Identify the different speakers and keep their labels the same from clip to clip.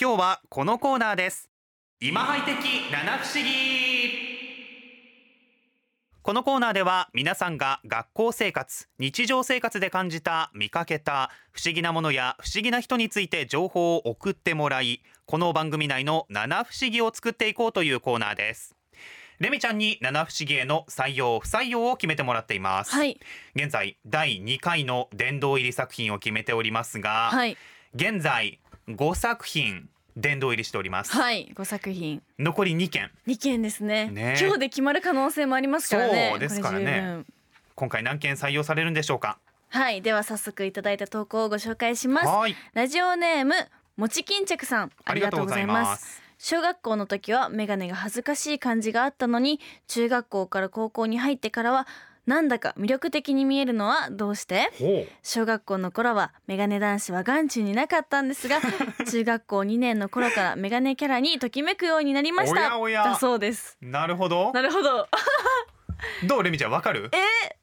Speaker 1: 今日はこのコーナーです今ハイ的七不思議このコーナーでは皆さんが学校生活日常生活で感じた見かけた不思議なものや不思議な人について情報を送ってもらいこの番組内の七不思議を作っていこうというコーナーですレミちゃんに七不思議への採用不採用を決めてもらっています、
Speaker 2: はい
Speaker 1: 現在第2回の殿堂入り作品を決めておりますが、
Speaker 2: はい
Speaker 1: 現在5作品殿堂入りしております、
Speaker 2: はい五作品
Speaker 1: 残り2件
Speaker 2: 二件ですね
Speaker 1: ね
Speaker 2: 今日で決まる可能性もありますからね
Speaker 1: そうですからね
Speaker 2: これ十分
Speaker 1: 今回何件採用されるんでしょうか
Speaker 2: はいでは早速いただいた投稿をご紹介します
Speaker 1: はい
Speaker 2: ラジオネームもち巾着さんありがとうござ
Speaker 1: あ
Speaker 2: い
Speaker 1: りがとうござい
Speaker 2: ま
Speaker 1: ますす
Speaker 2: 小学校の時はメガネが恥ずかしい感じがあったのに中学校から高校に入ってからはなんだか魅力的に見えるのはどうして
Speaker 1: ほ
Speaker 2: 小学校の頃はメガネ男子は眼中になかったんで すが中学校2年の頃からメガネキャラにときめくようになりました
Speaker 1: おやおや
Speaker 2: だそうです
Speaker 1: うなるほど
Speaker 2: なるほど あ
Speaker 1: どうレミちゃんわかる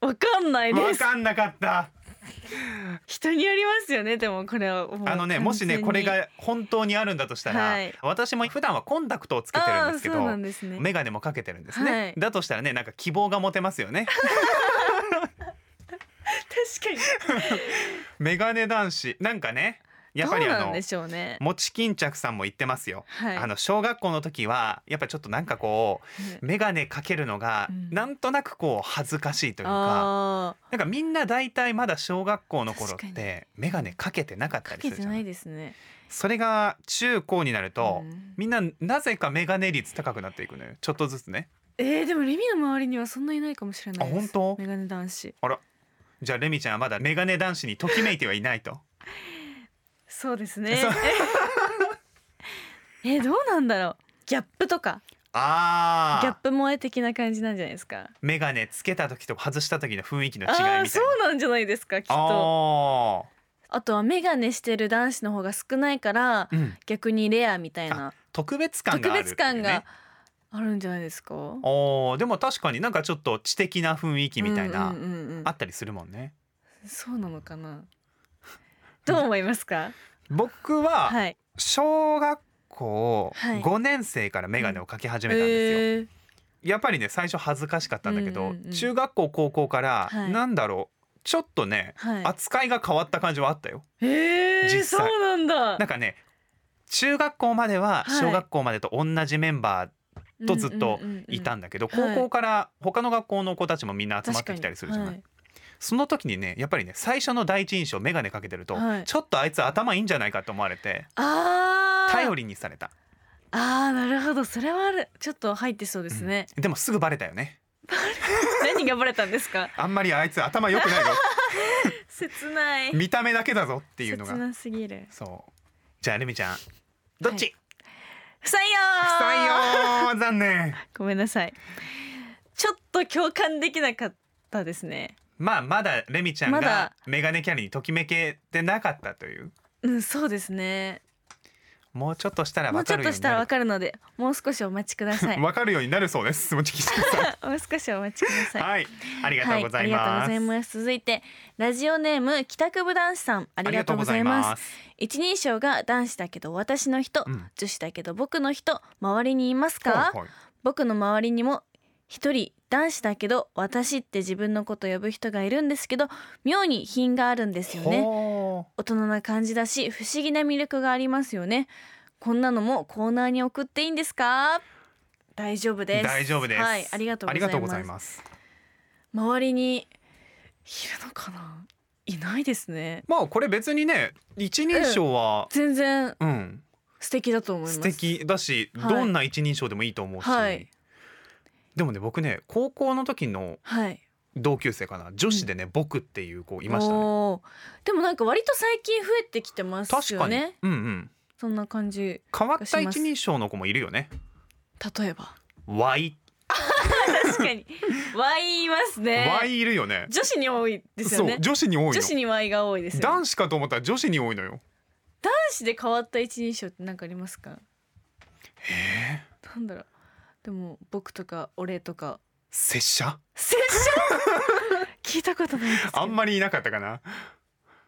Speaker 2: わかんないで
Speaker 1: わ
Speaker 2: す
Speaker 1: かんなかった
Speaker 2: 人によりますよねでもこれはう
Speaker 1: あのね
Speaker 2: 完
Speaker 1: もし
Speaker 2: 全
Speaker 1: ね
Speaker 2: に
Speaker 1: これが本当にあるんだとしたら、
Speaker 2: はい
Speaker 1: 私も普段はコンタクトをつけてるんですけ
Speaker 2: あーそう
Speaker 1: ど
Speaker 2: なんですね
Speaker 1: メガネもかけてるんですね、
Speaker 2: はい
Speaker 1: だとしたらねなんか希望が持てますよ ね
Speaker 2: 確か
Speaker 1: メガネ男子なんかねやっぱ
Speaker 2: に
Speaker 1: り
Speaker 2: どう
Speaker 1: あ
Speaker 2: なん
Speaker 1: の
Speaker 2: でしょうね
Speaker 1: もち巾着さんも言ってますよ、
Speaker 2: はい
Speaker 1: あの小学校の時はやっぱちょっとなんかこう眼鏡かけるのが
Speaker 2: うん
Speaker 1: なんとなくこう恥ずかしいというか、
Speaker 2: あ
Speaker 1: なんかみんな大体まだ小学校の頃
Speaker 2: 確
Speaker 1: っ
Speaker 2: か
Speaker 1: て眼鏡かけてなかっ
Speaker 2: ー
Speaker 1: た
Speaker 2: か
Speaker 1: りす
Speaker 2: け
Speaker 1: る
Speaker 2: て
Speaker 1: じゃ
Speaker 2: な
Speaker 1: ないい
Speaker 2: ですね
Speaker 1: それが中高になると、
Speaker 2: うん
Speaker 1: みんななぜか眼鏡率高くなっていくのよちょっとずつね
Speaker 2: えー、でもレミの周りにはそんないないかもしれないです
Speaker 1: あ本当
Speaker 2: メガネ男子
Speaker 1: あらじゃあレミちゃんはまだ眼鏡男子にときめいてはいないと
Speaker 2: そうですね
Speaker 1: そう
Speaker 2: えー、どうなんだろうギャップとか
Speaker 1: あ
Speaker 2: ギャ
Speaker 1: あ
Speaker 2: ップ萌え的な感じなんじゃないですか
Speaker 1: 眼鏡つけた時と外した時の雰囲気の違い
Speaker 2: あ
Speaker 1: みたい
Speaker 2: あー
Speaker 1: な
Speaker 2: そうなんじゃないですかきっと
Speaker 1: あ
Speaker 2: あとはメガネしてる男子の方が少ないから
Speaker 1: ーうん
Speaker 2: 逆にレアみたいな
Speaker 1: 特別感
Speaker 2: 特
Speaker 1: があるってい
Speaker 2: 別
Speaker 1: うね、
Speaker 2: 感があるんじゃないですか
Speaker 1: おーでも確かになんかちょっと知的な雰囲気みたいな、
Speaker 2: うんうんうんうん
Speaker 1: あったりするもんね
Speaker 2: そうなのかなどう思いますか
Speaker 1: 僕は
Speaker 2: はい
Speaker 1: 小学校
Speaker 2: はい
Speaker 1: 5年生から眼鏡をかけ始めたんですよ、
Speaker 2: えー
Speaker 1: やっぱりね最初恥ずかしかったんだけど、
Speaker 2: うんうんうん
Speaker 1: 中学校高校から
Speaker 2: はい
Speaker 1: なんだろうちょっとね、
Speaker 2: はい
Speaker 1: 扱いが変わった感じはあったよ
Speaker 2: えー、
Speaker 1: 実際
Speaker 2: そうなんだ
Speaker 1: なんかね中学校までは
Speaker 2: はい
Speaker 1: 小学校までと同じメンバーとずっと
Speaker 2: うんうんうんうん
Speaker 1: いたんだけど、
Speaker 2: はい
Speaker 1: 高校から他の学校の子たちもみんな集まってきたりするじゃない、
Speaker 2: 確
Speaker 1: その時にねやっぱりね最初の第一印象眼鏡かけてると、
Speaker 2: はい
Speaker 1: ちょっとあいつ頭いいんじゃないかと思われて
Speaker 2: かにはい、ああ
Speaker 1: 頼りにされた
Speaker 2: ああなるほどそれはあるちょっと入ってそうですね、
Speaker 1: うんでもすぐバレたよね
Speaker 2: 何がバレたんですか
Speaker 1: あんまりあいつ頭良くないぞ
Speaker 2: 切ない
Speaker 1: 見た目だけだぞっていうの
Speaker 2: 切
Speaker 1: が
Speaker 2: なすぎる
Speaker 1: そうじゃあレミちゃんどっち、
Speaker 2: 不採
Speaker 1: 不採
Speaker 2: 用
Speaker 1: 用残念
Speaker 2: ごめんなさいちょっと共感できなかったですね
Speaker 1: まあまだレミちゃん
Speaker 2: ま
Speaker 1: が
Speaker 2: だ
Speaker 1: メガネキャリーにときめけてなかったという
Speaker 2: うんそうですね
Speaker 1: もうちょっとしたら
Speaker 2: もう
Speaker 1: わ
Speaker 2: ち
Speaker 1: か
Speaker 2: ょっ
Speaker 1: るよ
Speaker 2: と
Speaker 1: う
Speaker 2: し
Speaker 1: に
Speaker 2: たら
Speaker 1: な
Speaker 2: わ
Speaker 1: る
Speaker 2: かるのでもう少しお待ちくださ いも
Speaker 1: わかるようになるそうですもちきさん
Speaker 2: う少しお待ちください
Speaker 1: はいありがとうござい
Speaker 2: はい、ありがとう
Speaker 1: ま
Speaker 2: ご
Speaker 1: す、
Speaker 2: ざいます続いてラジオネーム帰宅部男子さんありがとうございます
Speaker 1: す
Speaker 2: 一人称が男子だけど私の人、
Speaker 1: うん
Speaker 2: 女子だけど僕の人周りにいますか、
Speaker 1: はいはい
Speaker 2: 僕の周りにも一人男子だけど私って自分のこと呼ぶ人がいるんですけど妙に品があるんですよね
Speaker 1: ほ
Speaker 2: 大人な感じだし不思議な魅力がありますよねこんなのもコーナーに送っていいんですか大丈夫
Speaker 1: う
Speaker 2: です
Speaker 1: 大丈夫です、
Speaker 2: はい、ありがとうございます
Speaker 1: ます
Speaker 2: 周りにいるのかないないですね
Speaker 1: まあこれ別にね一人称は、
Speaker 2: 全然
Speaker 1: うん
Speaker 2: 素敵だと思います
Speaker 1: 素敵だし、
Speaker 2: はい
Speaker 1: どんな一人称でもいいと思うし、
Speaker 2: はい
Speaker 1: でもね僕ね高校の時の
Speaker 2: はい
Speaker 1: 同級生かな女子でね、僕っていう子いましたね
Speaker 2: おーでもなんか割と最近増えてきてます
Speaker 1: 確か
Speaker 2: よ
Speaker 1: に、
Speaker 2: ね
Speaker 1: うんうん
Speaker 2: そんな感じ
Speaker 1: 変わった一人称の子もいるよね
Speaker 2: 例えば
Speaker 1: わい
Speaker 2: 確 かに Y いますね
Speaker 1: わいいるよね
Speaker 2: 女子に多いですよ
Speaker 1: そう
Speaker 2: ね
Speaker 1: 女子に多い
Speaker 2: 女子
Speaker 1: の
Speaker 2: に Y が多いですよ、ね、男
Speaker 1: 男子かと思ったら女子に多いのよ
Speaker 2: 子で変わった一人称って何かありますかなんだろうでも僕とか俺とか
Speaker 1: 拙者
Speaker 2: 拙 者聞いたことないですけど
Speaker 1: あんまりいなかったかな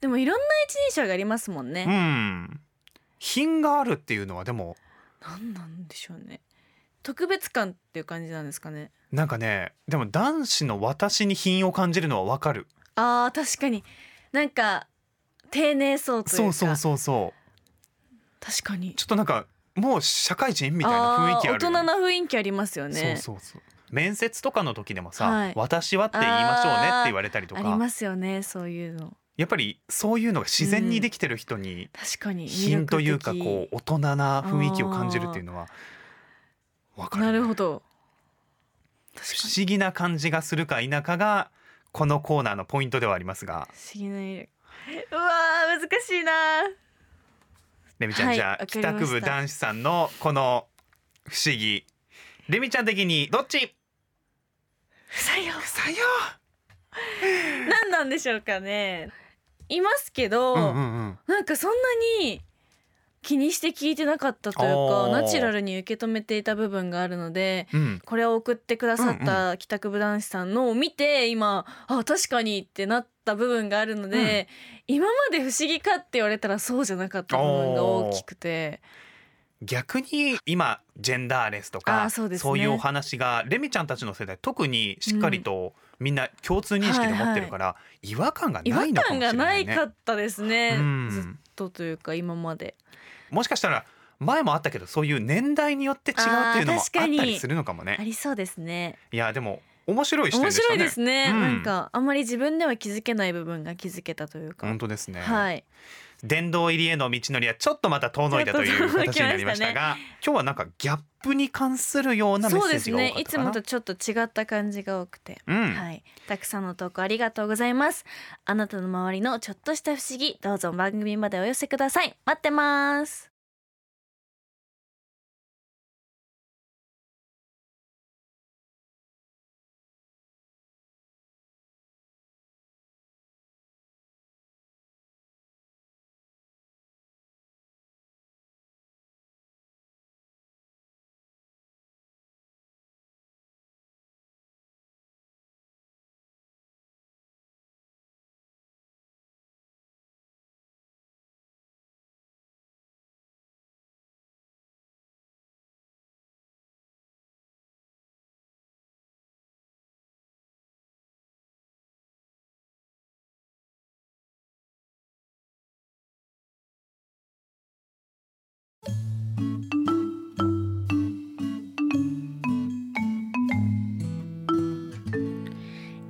Speaker 2: でもいろんな一人称がありますもんね
Speaker 1: うん品があるっていうのはでも
Speaker 2: なんなんでしょうね特別感っていう感じなんですかね
Speaker 1: なんかねでも男子の私に品を感じるのはわかる
Speaker 2: あー確かになんか丁寧そうというか
Speaker 1: そうそうそうそう
Speaker 2: 確かに
Speaker 1: ちょっとなんかもう社会人みたいな雰囲気ある
Speaker 2: ー大人な雰囲気ありますよね
Speaker 1: そうそうそう面接とかの時でもさ、
Speaker 2: はい
Speaker 1: 私はって言いましょうねって言われたりと
Speaker 2: あり
Speaker 1: か
Speaker 2: ますよねそういうの
Speaker 1: やっぱりそういうのが自然にできてる人に
Speaker 2: 確かに魅
Speaker 1: 品
Speaker 2: 力的
Speaker 1: というかこう大人な雰囲気を感じるっていうのはわかるね
Speaker 2: なるほど
Speaker 1: 不
Speaker 2: 確かに
Speaker 1: 思議な感じがするか否かがこのコーナーのポイントではありますが
Speaker 2: 不思議な魅力うわー難しいな
Speaker 1: レミちゃん、
Speaker 2: はい
Speaker 1: じゃあ
Speaker 2: わか
Speaker 1: 帰
Speaker 2: りました
Speaker 1: 宅部男子さんのこの不思議レミちゃん的にどっち
Speaker 2: 不採用
Speaker 1: さよ
Speaker 2: 何なんでしょうかねいますけど、
Speaker 1: うんうんうん
Speaker 2: なんかそんなに気にして聞いてなかったという
Speaker 1: あ
Speaker 2: か
Speaker 1: ー
Speaker 2: ナチュラルに受け止めていた部分があるので
Speaker 1: うん
Speaker 2: これを送ってくださっ
Speaker 1: う
Speaker 2: た帰宅部男子さんのを見て今あ確かにってなった部分があるので、今まで不思議かって言われたらそうじゃなかった部分が大きくて
Speaker 1: 逆に今ジェンダーレスとか
Speaker 2: あーそうですね
Speaker 1: いうお話がレミちゃんたちの世代特にしっかりとみんな共通認識で持ってるから、違和感が
Speaker 2: 違
Speaker 1: な
Speaker 2: 和
Speaker 1: いのかもし
Speaker 2: 感
Speaker 1: れ
Speaker 2: がな
Speaker 1: ない
Speaker 2: い
Speaker 1: ね。
Speaker 2: かったですね、
Speaker 1: うん
Speaker 2: ずっとというか今まで
Speaker 1: もしかしたら前もあったけどそういう年代によって違うっていうのもあ
Speaker 2: あー
Speaker 1: っ
Speaker 2: 確か
Speaker 1: た
Speaker 2: に
Speaker 1: りするのかも
Speaker 2: あ
Speaker 1: ね。
Speaker 2: りそうですね
Speaker 1: いやでも面白い視点
Speaker 2: 面
Speaker 1: でした
Speaker 2: 白
Speaker 1: ね。
Speaker 2: いですね、
Speaker 1: うん
Speaker 2: なんかあんまり自分では気づけない部分が気づけたというか、
Speaker 1: 本当ですね、
Speaker 2: はい
Speaker 1: 殿堂入りへの道のりはちょっとまた遠のいたという形になりましたが今日はなんかギャップに関するようなメ
Speaker 2: そ
Speaker 1: ッ
Speaker 2: う
Speaker 1: セ
Speaker 2: で
Speaker 1: ージ
Speaker 2: す
Speaker 1: が多かっ
Speaker 2: ねい
Speaker 1: た
Speaker 2: つ
Speaker 1: かな
Speaker 2: もとちょっと違った感じが多くて、
Speaker 1: うん、
Speaker 2: はい、たくさんの投稿ありがとうございます。あなたの周りのちょっとした不思議、どうぞ番組までお寄せください。待ってます。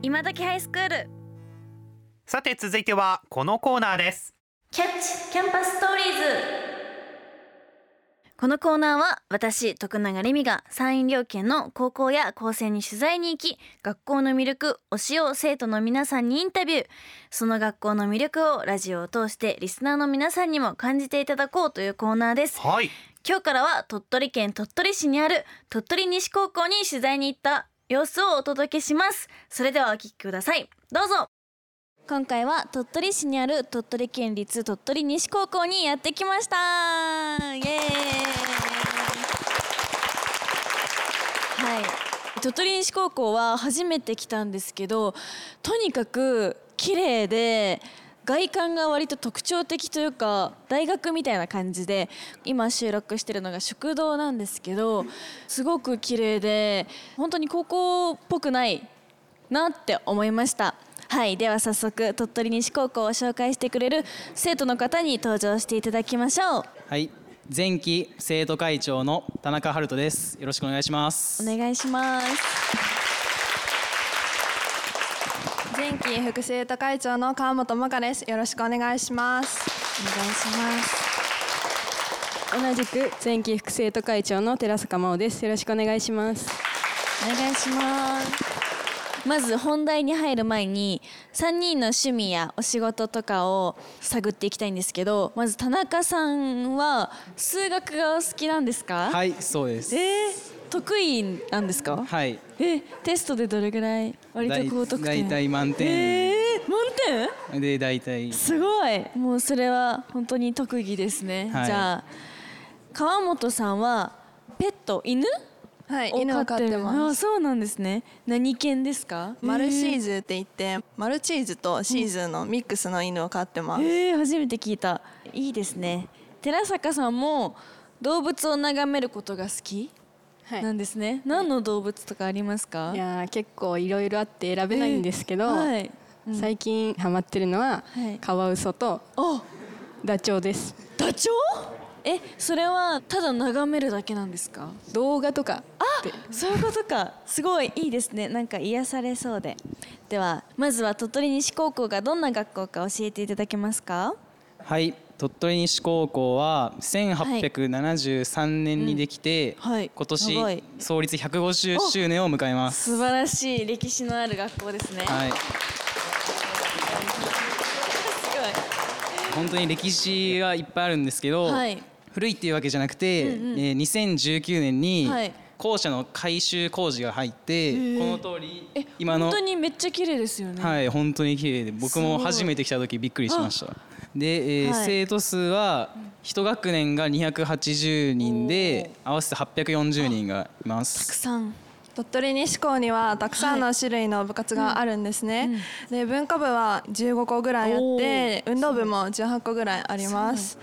Speaker 2: 今時ハイスクール。
Speaker 1: さて続いてはこのコーナーです
Speaker 2: キャッチキャンパスストーリーズこのコーナーは私徳永レミが山陰両県の高校や高専に取材に行き学校の魅力推しを生徒の皆さんにインタビューその学校の魅力をラジオを通してリスナーの皆さんにも感じていただこうというコーナーです
Speaker 1: はい
Speaker 2: 今日からは鳥取県鳥取市にある鳥取西高校に取材に行った様子をお届けしますそれではお聞きくださいどうぞ今回は鳥取市にある鳥取県立鳥取西高校にやってきましたイエーイはい鳥取西高校は初めて来たんですけどとにかく綺麗で外観が割と特徴的というか大学みたいな感じで今収録してるのが食堂なんですけどすごく綺麗で本当に高校っぽくないなって思いましたはいでは早速鳥取西高校を紹介してくれる生徒の方に登場していただきましょう
Speaker 3: はい、前期生徒会長の田中春人です。よろしくお願いします。
Speaker 2: お願いします
Speaker 4: 前期副生徒会長の川本真香ですよろしくお願いします
Speaker 2: お願いします
Speaker 5: 同じく前期副生徒会長の寺坂真央です。よろしくお願いします。
Speaker 2: お願いしますまず本題に入る前に3人の趣味やお仕事とかを探っていきたいんですけどまず田中さんは数学がお好きなんですか、
Speaker 3: はい、そうです。
Speaker 2: えー、得意なんですか
Speaker 3: はい、
Speaker 2: えテストでどれぐらい割と高得
Speaker 3: だい
Speaker 2: 点
Speaker 3: たい満点
Speaker 2: えー、満点
Speaker 3: でだいたい
Speaker 2: すごいもうそれは本当に特技ですね、
Speaker 3: はい
Speaker 2: じゃあ川本さんはペット犬
Speaker 4: はい
Speaker 2: を
Speaker 4: 犬を飼ってま
Speaker 2: あ
Speaker 4: す
Speaker 2: そうなんですね何犬ですか
Speaker 4: マルシ
Speaker 2: え
Speaker 4: ーズって言ってマルチーズとシーズのミックスの犬を飼ってます
Speaker 2: ーえー初めて聞いたいいですね寺坂さんも動物を眺めることが好き
Speaker 5: はい
Speaker 2: なんですね、何の動物とかありますか
Speaker 5: いやー結構いろいろあって選べないんですけど、
Speaker 2: えーはいうん
Speaker 5: 最近ハマってるのは、
Speaker 2: はい
Speaker 5: カワウソと
Speaker 2: あ
Speaker 5: ダチョウです
Speaker 2: ダチョウえそれはただ眺めるだけなんですか
Speaker 5: 動画とかって
Speaker 2: そういうことかすごいいいですねなんか癒されそうでではまずは鳥取西高校がどんな学校か教えていただけますか
Speaker 3: はい鳥取西高校は1873年にできて、
Speaker 2: うんはい長
Speaker 3: 今年
Speaker 2: い
Speaker 3: 創立150周年を迎えます。
Speaker 2: 素晴らしい歴史のある学校ですね、
Speaker 3: はい、
Speaker 2: すごい
Speaker 3: 本当に歴史はいっぱいあるんですけど、
Speaker 2: はい
Speaker 3: 古いっていうわけじゃなくて、えー2019年に
Speaker 2: はい
Speaker 3: 校舎の改修工事が入って、この通り
Speaker 2: え
Speaker 3: 今の
Speaker 2: 本当にめっちゃ綺麗ですよね、
Speaker 3: はい本当に綺麗で僕も初めて来た時びっくりしましたで、えー
Speaker 2: はい
Speaker 3: 生徒数は一学年が280人で合わせて840人がいま
Speaker 2: たく
Speaker 3: す
Speaker 2: さん
Speaker 4: 鳥取西高にはたくさんの種類の部活があるんですね、で文化部は15個ぐらいあ
Speaker 2: お
Speaker 4: って
Speaker 2: ー
Speaker 4: 運動部も18個ぐらいあります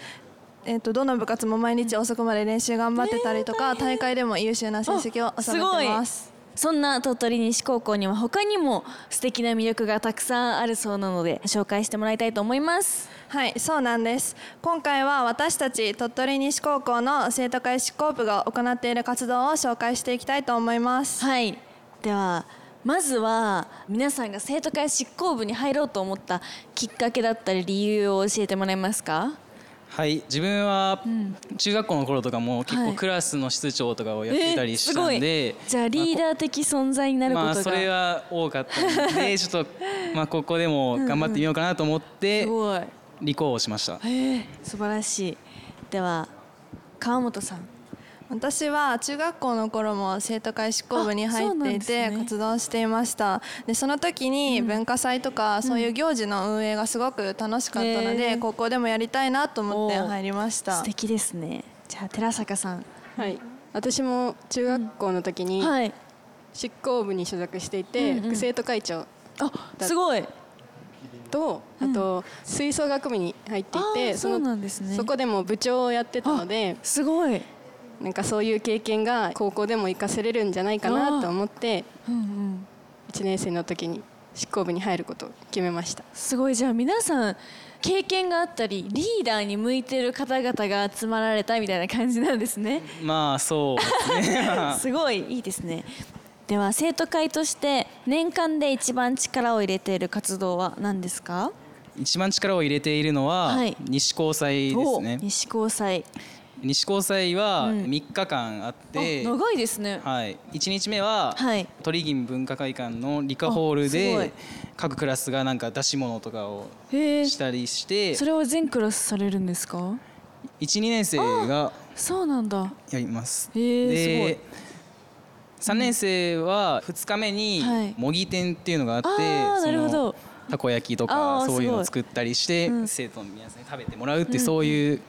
Speaker 4: えっとどの部活も毎日遅くまで練習頑張ってたりとか、大会でも優秀な成績を収めてます
Speaker 2: そんな鳥取西高校には他にも素敵な魅力がたくさんあるそうなので紹介してもらいたいと思います
Speaker 4: はいそうなんです今回は私たち鳥取西高校の生徒会執行部が行っている活動を紹介していきたいと思います
Speaker 2: はいではまずは皆さんが生徒会執行部に入ろうと思ったきっかけだったり理由を教えてもらえますか
Speaker 3: はい自分は中学校の頃とかも結
Speaker 2: は
Speaker 3: 構
Speaker 2: い
Speaker 3: クラスの室長とかをやってたりしたん
Speaker 2: す
Speaker 3: で、
Speaker 2: ごいじゃあリーダー的存在になることが、
Speaker 3: まあそれは多かったの でちょっとまあここでも頑張ってみようかなと思って
Speaker 2: すごい
Speaker 3: 立候補しました。
Speaker 2: えー素晴らしいでは川本さん
Speaker 4: 私は中学校の頃も生徒会執行部に入
Speaker 2: あそう
Speaker 4: っ
Speaker 2: なん
Speaker 4: てい
Speaker 2: ですね
Speaker 4: て活動していましたでその時に文化祭とかそういう行事の運営がすごく楽しかったの
Speaker 2: へ
Speaker 4: で
Speaker 2: ー
Speaker 4: 高校でもやりたいなと思って
Speaker 2: おー
Speaker 4: 入りました
Speaker 2: 素敵ですねじゃあ寺坂さん
Speaker 5: はい私も中学校の時に
Speaker 2: はい
Speaker 5: 執行部に所属していて、
Speaker 2: うんうん
Speaker 5: 副生徒会長
Speaker 2: あすごい
Speaker 5: とあと吹奏楽部に入っていて、
Speaker 2: あーそうなんですね
Speaker 5: そこでも部長をやってたのです
Speaker 2: ごい、
Speaker 5: なんかそういう経験が高校でも活かせれるんじゃないかなと思って
Speaker 2: うんうん、
Speaker 5: 1年生の時に執行部に入ることを決めました
Speaker 2: すごいじゃあ皆さん経験があったりリーダーに向いてる方々が集まられたみたいな感じなんですね、
Speaker 3: まあそ うですね
Speaker 2: すごいいいですねでは生徒会として年間で一番力を入れている活動は何ですか
Speaker 3: 一番力を入れているのは、
Speaker 2: はい
Speaker 3: 西高祭ですね
Speaker 2: お西高祭
Speaker 3: 西高祭は
Speaker 2: うん
Speaker 3: 3日間あっ
Speaker 2: あ
Speaker 3: て、
Speaker 2: 長いですね
Speaker 3: はい、1日目は、
Speaker 2: はい
Speaker 3: 鳥銀文化会館の理科ホール
Speaker 2: あすご
Speaker 3: で
Speaker 2: い
Speaker 3: 各クラスがなんか出し物とかを
Speaker 2: へえ
Speaker 3: したりして
Speaker 2: それは全クラスされるんですか
Speaker 3: 12年生が
Speaker 2: そうなんだ
Speaker 3: やります。
Speaker 2: へー
Speaker 3: で3年生は2日目に
Speaker 2: はい
Speaker 3: 模擬店っていうのがあって、
Speaker 2: あーなるほど
Speaker 3: そのたこ焼きと
Speaker 2: あ
Speaker 3: か
Speaker 2: ー
Speaker 3: そういうの
Speaker 2: すご
Speaker 3: を
Speaker 2: い
Speaker 3: 作ったりして、
Speaker 2: うん
Speaker 3: 生徒の皆さんに食べてもらうっていうそういう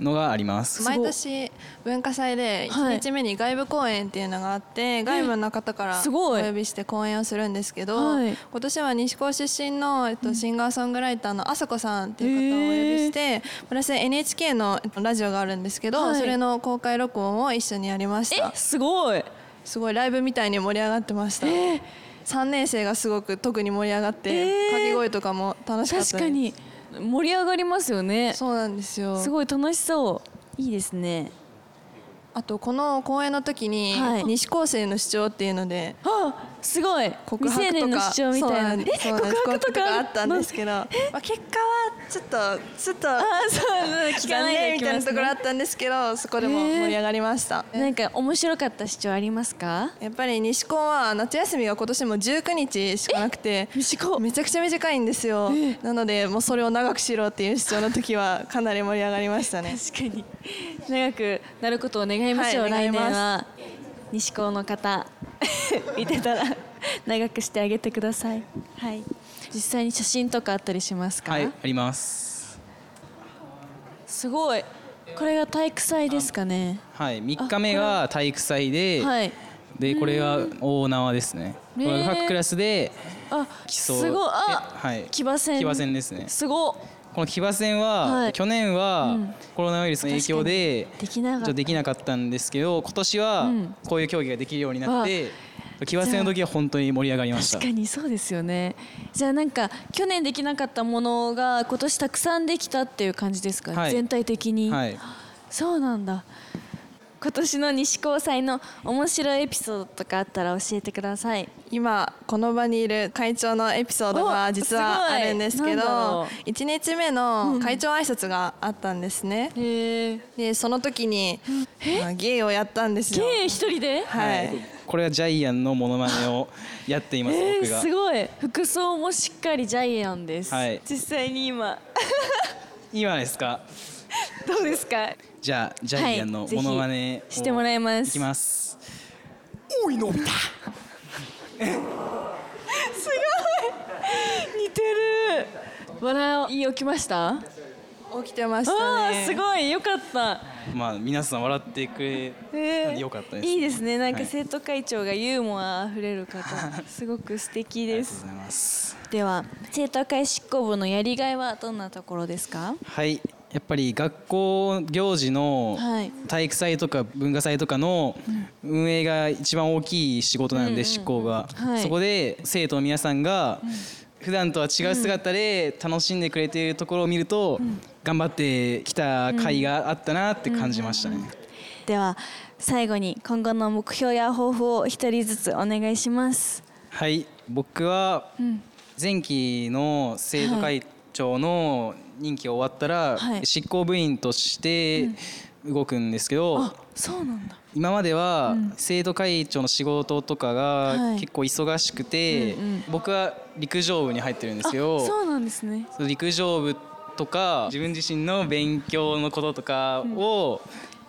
Speaker 3: のがあります。
Speaker 4: 毎年文化祭で
Speaker 2: はい
Speaker 4: 1日目に外部公演っていうのがあって外部の方から
Speaker 2: す
Speaker 4: お
Speaker 2: ごい
Speaker 4: 呼びして講演をするんですけど
Speaker 2: はい
Speaker 4: 今年は西高出身のえっとシンガーソングライターのあさこさんっていう方をお呼びしてプラス NHK のえっとラジオがあるんですけど
Speaker 2: はい
Speaker 4: それの公開録音を一緒にやりました
Speaker 2: えすごい
Speaker 4: すごいライブみたいに盛り上がってました3年生がすごく特に盛り上がって
Speaker 2: えー
Speaker 4: 掛け声とかも楽しか
Speaker 2: 確
Speaker 4: ったです
Speaker 2: かに盛り上がりますよね
Speaker 4: そうなんですよ
Speaker 2: すごい楽しそういいですね
Speaker 4: あとこの公演の時に
Speaker 2: はい
Speaker 4: 西高生の主張っていうので
Speaker 2: あすごい
Speaker 4: 告
Speaker 2: 未
Speaker 4: 白
Speaker 2: 成
Speaker 4: と
Speaker 2: 年の
Speaker 4: か
Speaker 2: 主張み
Speaker 4: そう
Speaker 2: た
Speaker 4: ないん
Speaker 2: な
Speaker 4: です
Speaker 2: え
Speaker 4: そうなんです
Speaker 2: 告白とか
Speaker 4: あったんですけど、まあ、結果はちょっとちょっと
Speaker 2: あそうなんだ聞か
Speaker 4: 残
Speaker 2: ない
Speaker 4: 念
Speaker 2: でい
Speaker 4: み
Speaker 2: き
Speaker 4: たい
Speaker 2: ま
Speaker 4: な
Speaker 2: す
Speaker 4: ところあったんですけどそこでも盛り上がりました、
Speaker 2: ねなんか面白かった主張ありますか
Speaker 4: やっぱり西高は夏休みが今年も19日しかなくて
Speaker 2: 短っ
Speaker 4: めちゃくちゃ短いんですよ、なのでもうそれを長くしろっていう主張の時はかなり盛り上がりましたね
Speaker 2: 確かに長くなることを願いましょう、
Speaker 4: はい願い
Speaker 2: 来年
Speaker 4: ます
Speaker 2: は西高の方 見てたら長くしてあげてくださいはい実際に写真とかあったりしますか、
Speaker 3: はい、あります。
Speaker 2: すごいこれが体育祭ですかね
Speaker 3: はい、3日目が体育祭で、
Speaker 2: はい
Speaker 3: でこれは大縄ですね。こ
Speaker 2: ねえ
Speaker 3: れが各クラスで
Speaker 2: あ
Speaker 3: 競う
Speaker 2: すごいあ
Speaker 3: えはい
Speaker 2: 騎馬戦
Speaker 3: 騎馬戦ですね
Speaker 2: すご
Speaker 3: この騎馬戦は、
Speaker 2: はい
Speaker 3: 去年は、
Speaker 2: うん
Speaker 3: コロナウイルスの影響で
Speaker 2: できなかっ
Speaker 3: ちょっと
Speaker 2: た
Speaker 3: できなかったんですけど今年は
Speaker 2: うん
Speaker 3: こういう競技ができるようになって、騎馬戦の時は本当に盛り上がりました
Speaker 2: 確かにそうですよねじゃあなんか去年できなかったものが今年たくさんできたっていう感じですか、
Speaker 3: はい
Speaker 2: 全体的に、
Speaker 3: はい
Speaker 2: そうなんだ今年の西高祭の面白いエピソードとかあったら教えてください
Speaker 4: 今この場にいる会長のエピソード
Speaker 2: お
Speaker 4: が実は
Speaker 2: すご
Speaker 4: あ
Speaker 2: い
Speaker 4: るんですけ
Speaker 2: なんだろ
Speaker 4: ど
Speaker 2: う
Speaker 4: 1日目の会長挨拶があったんですね、
Speaker 2: へえ
Speaker 4: でその時に、まあ、芸をやったんですよ
Speaker 2: 一人で
Speaker 4: はい、
Speaker 3: これはジャイアンのモノマネをやっています、
Speaker 2: えー、
Speaker 3: 僕が
Speaker 2: すごい服装もしっかりジャイアンです、
Speaker 3: はい
Speaker 2: 実際に今
Speaker 3: 今ですか
Speaker 2: どうですか
Speaker 3: じゃあジャイアンの
Speaker 2: はいぜ
Speaker 3: モ
Speaker 2: ひ
Speaker 3: ノマネを
Speaker 2: してもらいます
Speaker 3: いきます
Speaker 2: 似てる笑い起きました
Speaker 4: 起きてまし
Speaker 2: あ
Speaker 4: た
Speaker 2: あ
Speaker 4: ね
Speaker 2: すごいよかった
Speaker 3: まあ皆さん笑ってくれ
Speaker 2: え
Speaker 3: たんでよかったです、
Speaker 2: いいですねなんか
Speaker 3: はい
Speaker 2: 生徒会長がユーモアあふれる 方、すごく素敵
Speaker 3: あり
Speaker 2: で
Speaker 3: がとう
Speaker 2: す
Speaker 3: ございます
Speaker 2: では生徒会執行部のやりがいはどんなところですか
Speaker 3: はいやっぱり学校行事の
Speaker 2: はい
Speaker 3: 体育祭とか文化祭とかの運営が一番大きい仕事なんで執行が、
Speaker 2: はい
Speaker 3: そこで生徒の皆さんが普段とは違う姿で楽しんでくれているところを見ると頑張ってきた甲斐があったなって感じましたね、
Speaker 2: では最後に今後の目標や抱負を一人ずつお願いします
Speaker 3: はい僕は前期の生徒会長の任期が終わったら
Speaker 2: はい
Speaker 3: 執行部員として動くんですけど、
Speaker 2: そうなんだ
Speaker 3: 今までは生徒会長の仕事とか
Speaker 2: は
Speaker 3: が
Speaker 2: い
Speaker 3: 結構忙しくて、僕は陸上部に入ってるんですけど
Speaker 2: そうなんですね
Speaker 3: その陸上部とか自分自身の勉強のこととかを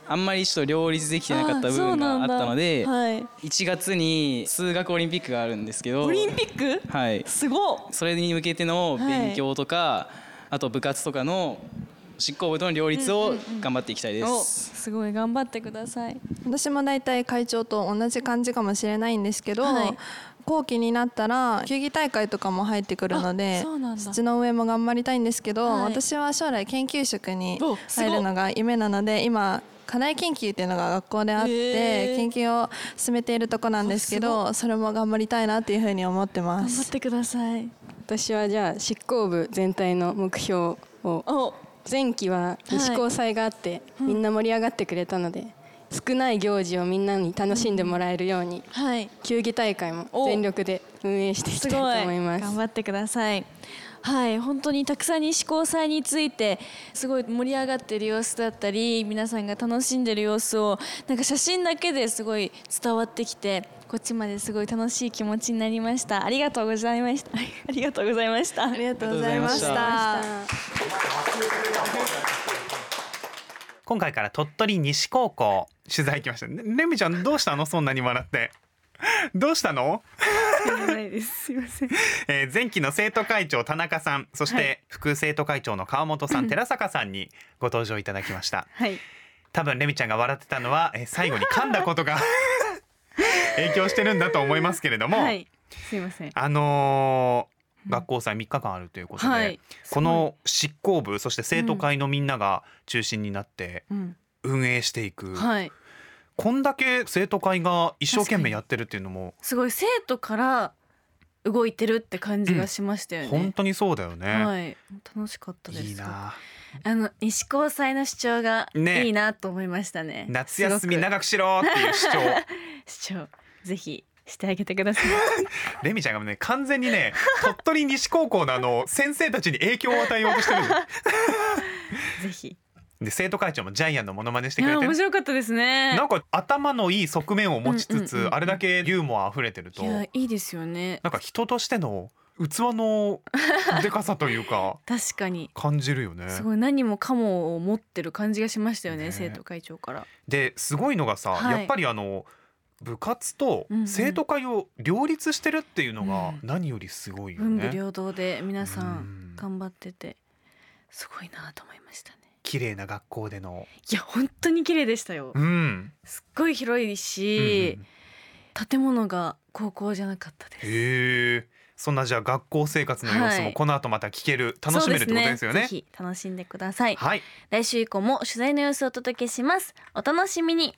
Speaker 3: あんまりちょっと両立できてなかった部分があったので、
Speaker 2: あそうなんだはい
Speaker 3: 1月に数学オリンピックがあるんですけど
Speaker 2: オリンピック
Speaker 3: はい、
Speaker 2: すごっ
Speaker 3: それに向けての
Speaker 2: はい
Speaker 3: 勉強とか、あと部活とかの執行部との両立を頑張っていきたいです。
Speaker 2: おすごい頑張ってください
Speaker 4: 私も大体会長と同じ感じかもしれないんですけど、
Speaker 2: はい
Speaker 4: 後期になったら球技大会とかも入ってくるの
Speaker 2: あ
Speaker 4: で
Speaker 2: そうなんだ
Speaker 4: 土の上も頑張りたいんですけど、
Speaker 2: はい
Speaker 4: 私は将来研究職に
Speaker 2: おすごい
Speaker 4: 入るのが夢なので今課題研究っていうのが学校であっ
Speaker 2: へ
Speaker 4: て
Speaker 2: ー
Speaker 4: 研究を進めているとこなんですけ
Speaker 2: あす
Speaker 4: どそれも頑張りたいなっていうふうに思ってま
Speaker 2: 頑張っ
Speaker 4: す。
Speaker 2: てください
Speaker 5: 私はじゃあ執行部全体の目標を
Speaker 2: お
Speaker 5: 前期は西高祭があって、みんな盛り上がってくれたので少ない行事をみんなに楽しんでもらえるように、
Speaker 2: はい
Speaker 5: 球技大会も
Speaker 2: お
Speaker 5: 全力で運営していきた
Speaker 2: す
Speaker 5: いと
Speaker 2: ごい
Speaker 5: 思いま
Speaker 2: 頑
Speaker 5: す。
Speaker 2: 張ってくださいはい本当にたくさん西高祭についてすごい盛り上がってる様子だったり皆さんが楽しんでる様子をなんか写真だけですごい伝わってきてこっちまですごい楽しい気持ちになりましたありがとうございました ありがとうございました
Speaker 4: ありがとうございまし
Speaker 3: ありがとうござい
Speaker 4: た。
Speaker 1: 今回から鳥取西高校取材行きましたねレミちゃんどうしたのそんなに笑ってどうしたの
Speaker 6: ないです。すいません。
Speaker 1: えー前期の生徒会長田中さんそし
Speaker 6: は
Speaker 1: て副生徒会長の川本さん寺坂さんにご登場いただきました
Speaker 6: はい。
Speaker 1: 多分レミちゃんが笑ってたのは、えー最後に噛んだことが影響してるんだと思いますけれども、
Speaker 6: はい。すいません。
Speaker 1: あのー学校祭3日間あるということで、
Speaker 6: はい
Speaker 1: この執行部そして生徒会のみんなが中心になって
Speaker 6: うん。
Speaker 1: 運営していく、
Speaker 6: はい。
Speaker 1: こんだけ生徒会が一生懸命やってるっていうのも
Speaker 6: すごい生徒から動いてるって感じがしましたよね。
Speaker 1: 本当にそうだよね、
Speaker 6: はい。楽しかったです。
Speaker 1: いいな
Speaker 6: あの西高祭の主張が
Speaker 1: ね
Speaker 6: いいなと思いましたね。
Speaker 1: 夏休み
Speaker 6: すごく
Speaker 1: 長くしろっていう主張
Speaker 6: 主張ぜひしてあげてください。
Speaker 1: レミちゃんがね完全にね鳥取西高校のあの先生たちに影響を与えようとしてるじゃ ん
Speaker 6: ぜひ。
Speaker 1: で生徒会長もジャイアンのモノマネして
Speaker 6: い
Speaker 1: くれ
Speaker 6: や
Speaker 1: て
Speaker 6: 面
Speaker 1: る
Speaker 6: 白かったですね
Speaker 1: な。んか頭のいい側面を持ちつつ、
Speaker 6: うんうんうんうん
Speaker 1: あれだけユーモア溢れてると
Speaker 6: いやいいですよね。
Speaker 1: なんか人としての器のでかさというか
Speaker 6: 確かに。
Speaker 1: 感じる よね
Speaker 6: すごい何もかもを持ってる感じがしましたよね
Speaker 1: ね
Speaker 6: 生徒会長から。
Speaker 1: ですごいのがさ、
Speaker 6: はい
Speaker 1: やっぱりあの部活と
Speaker 6: うんうん
Speaker 1: 生徒会を両立してるっていうのが
Speaker 6: う
Speaker 1: 何よりすごいよ
Speaker 6: 文
Speaker 1: ね、
Speaker 6: 武両道で皆さ
Speaker 1: うんん
Speaker 6: 頑張っててすごいなと思いましたね
Speaker 1: 綺麗な学校での
Speaker 6: いや本当に綺麗でしたよ
Speaker 1: うん、
Speaker 6: すっごい広い
Speaker 1: うんうん
Speaker 6: し、建物が高校じゃなかったです
Speaker 1: へえそんなじゃあ学校生活の様子
Speaker 2: は
Speaker 1: も
Speaker 2: い
Speaker 1: この後また聞ける、楽しめるってことですよね
Speaker 2: ぜひ楽しんでください。
Speaker 1: はい
Speaker 2: 来週以降も取材の様子をお届けします。お楽しみに。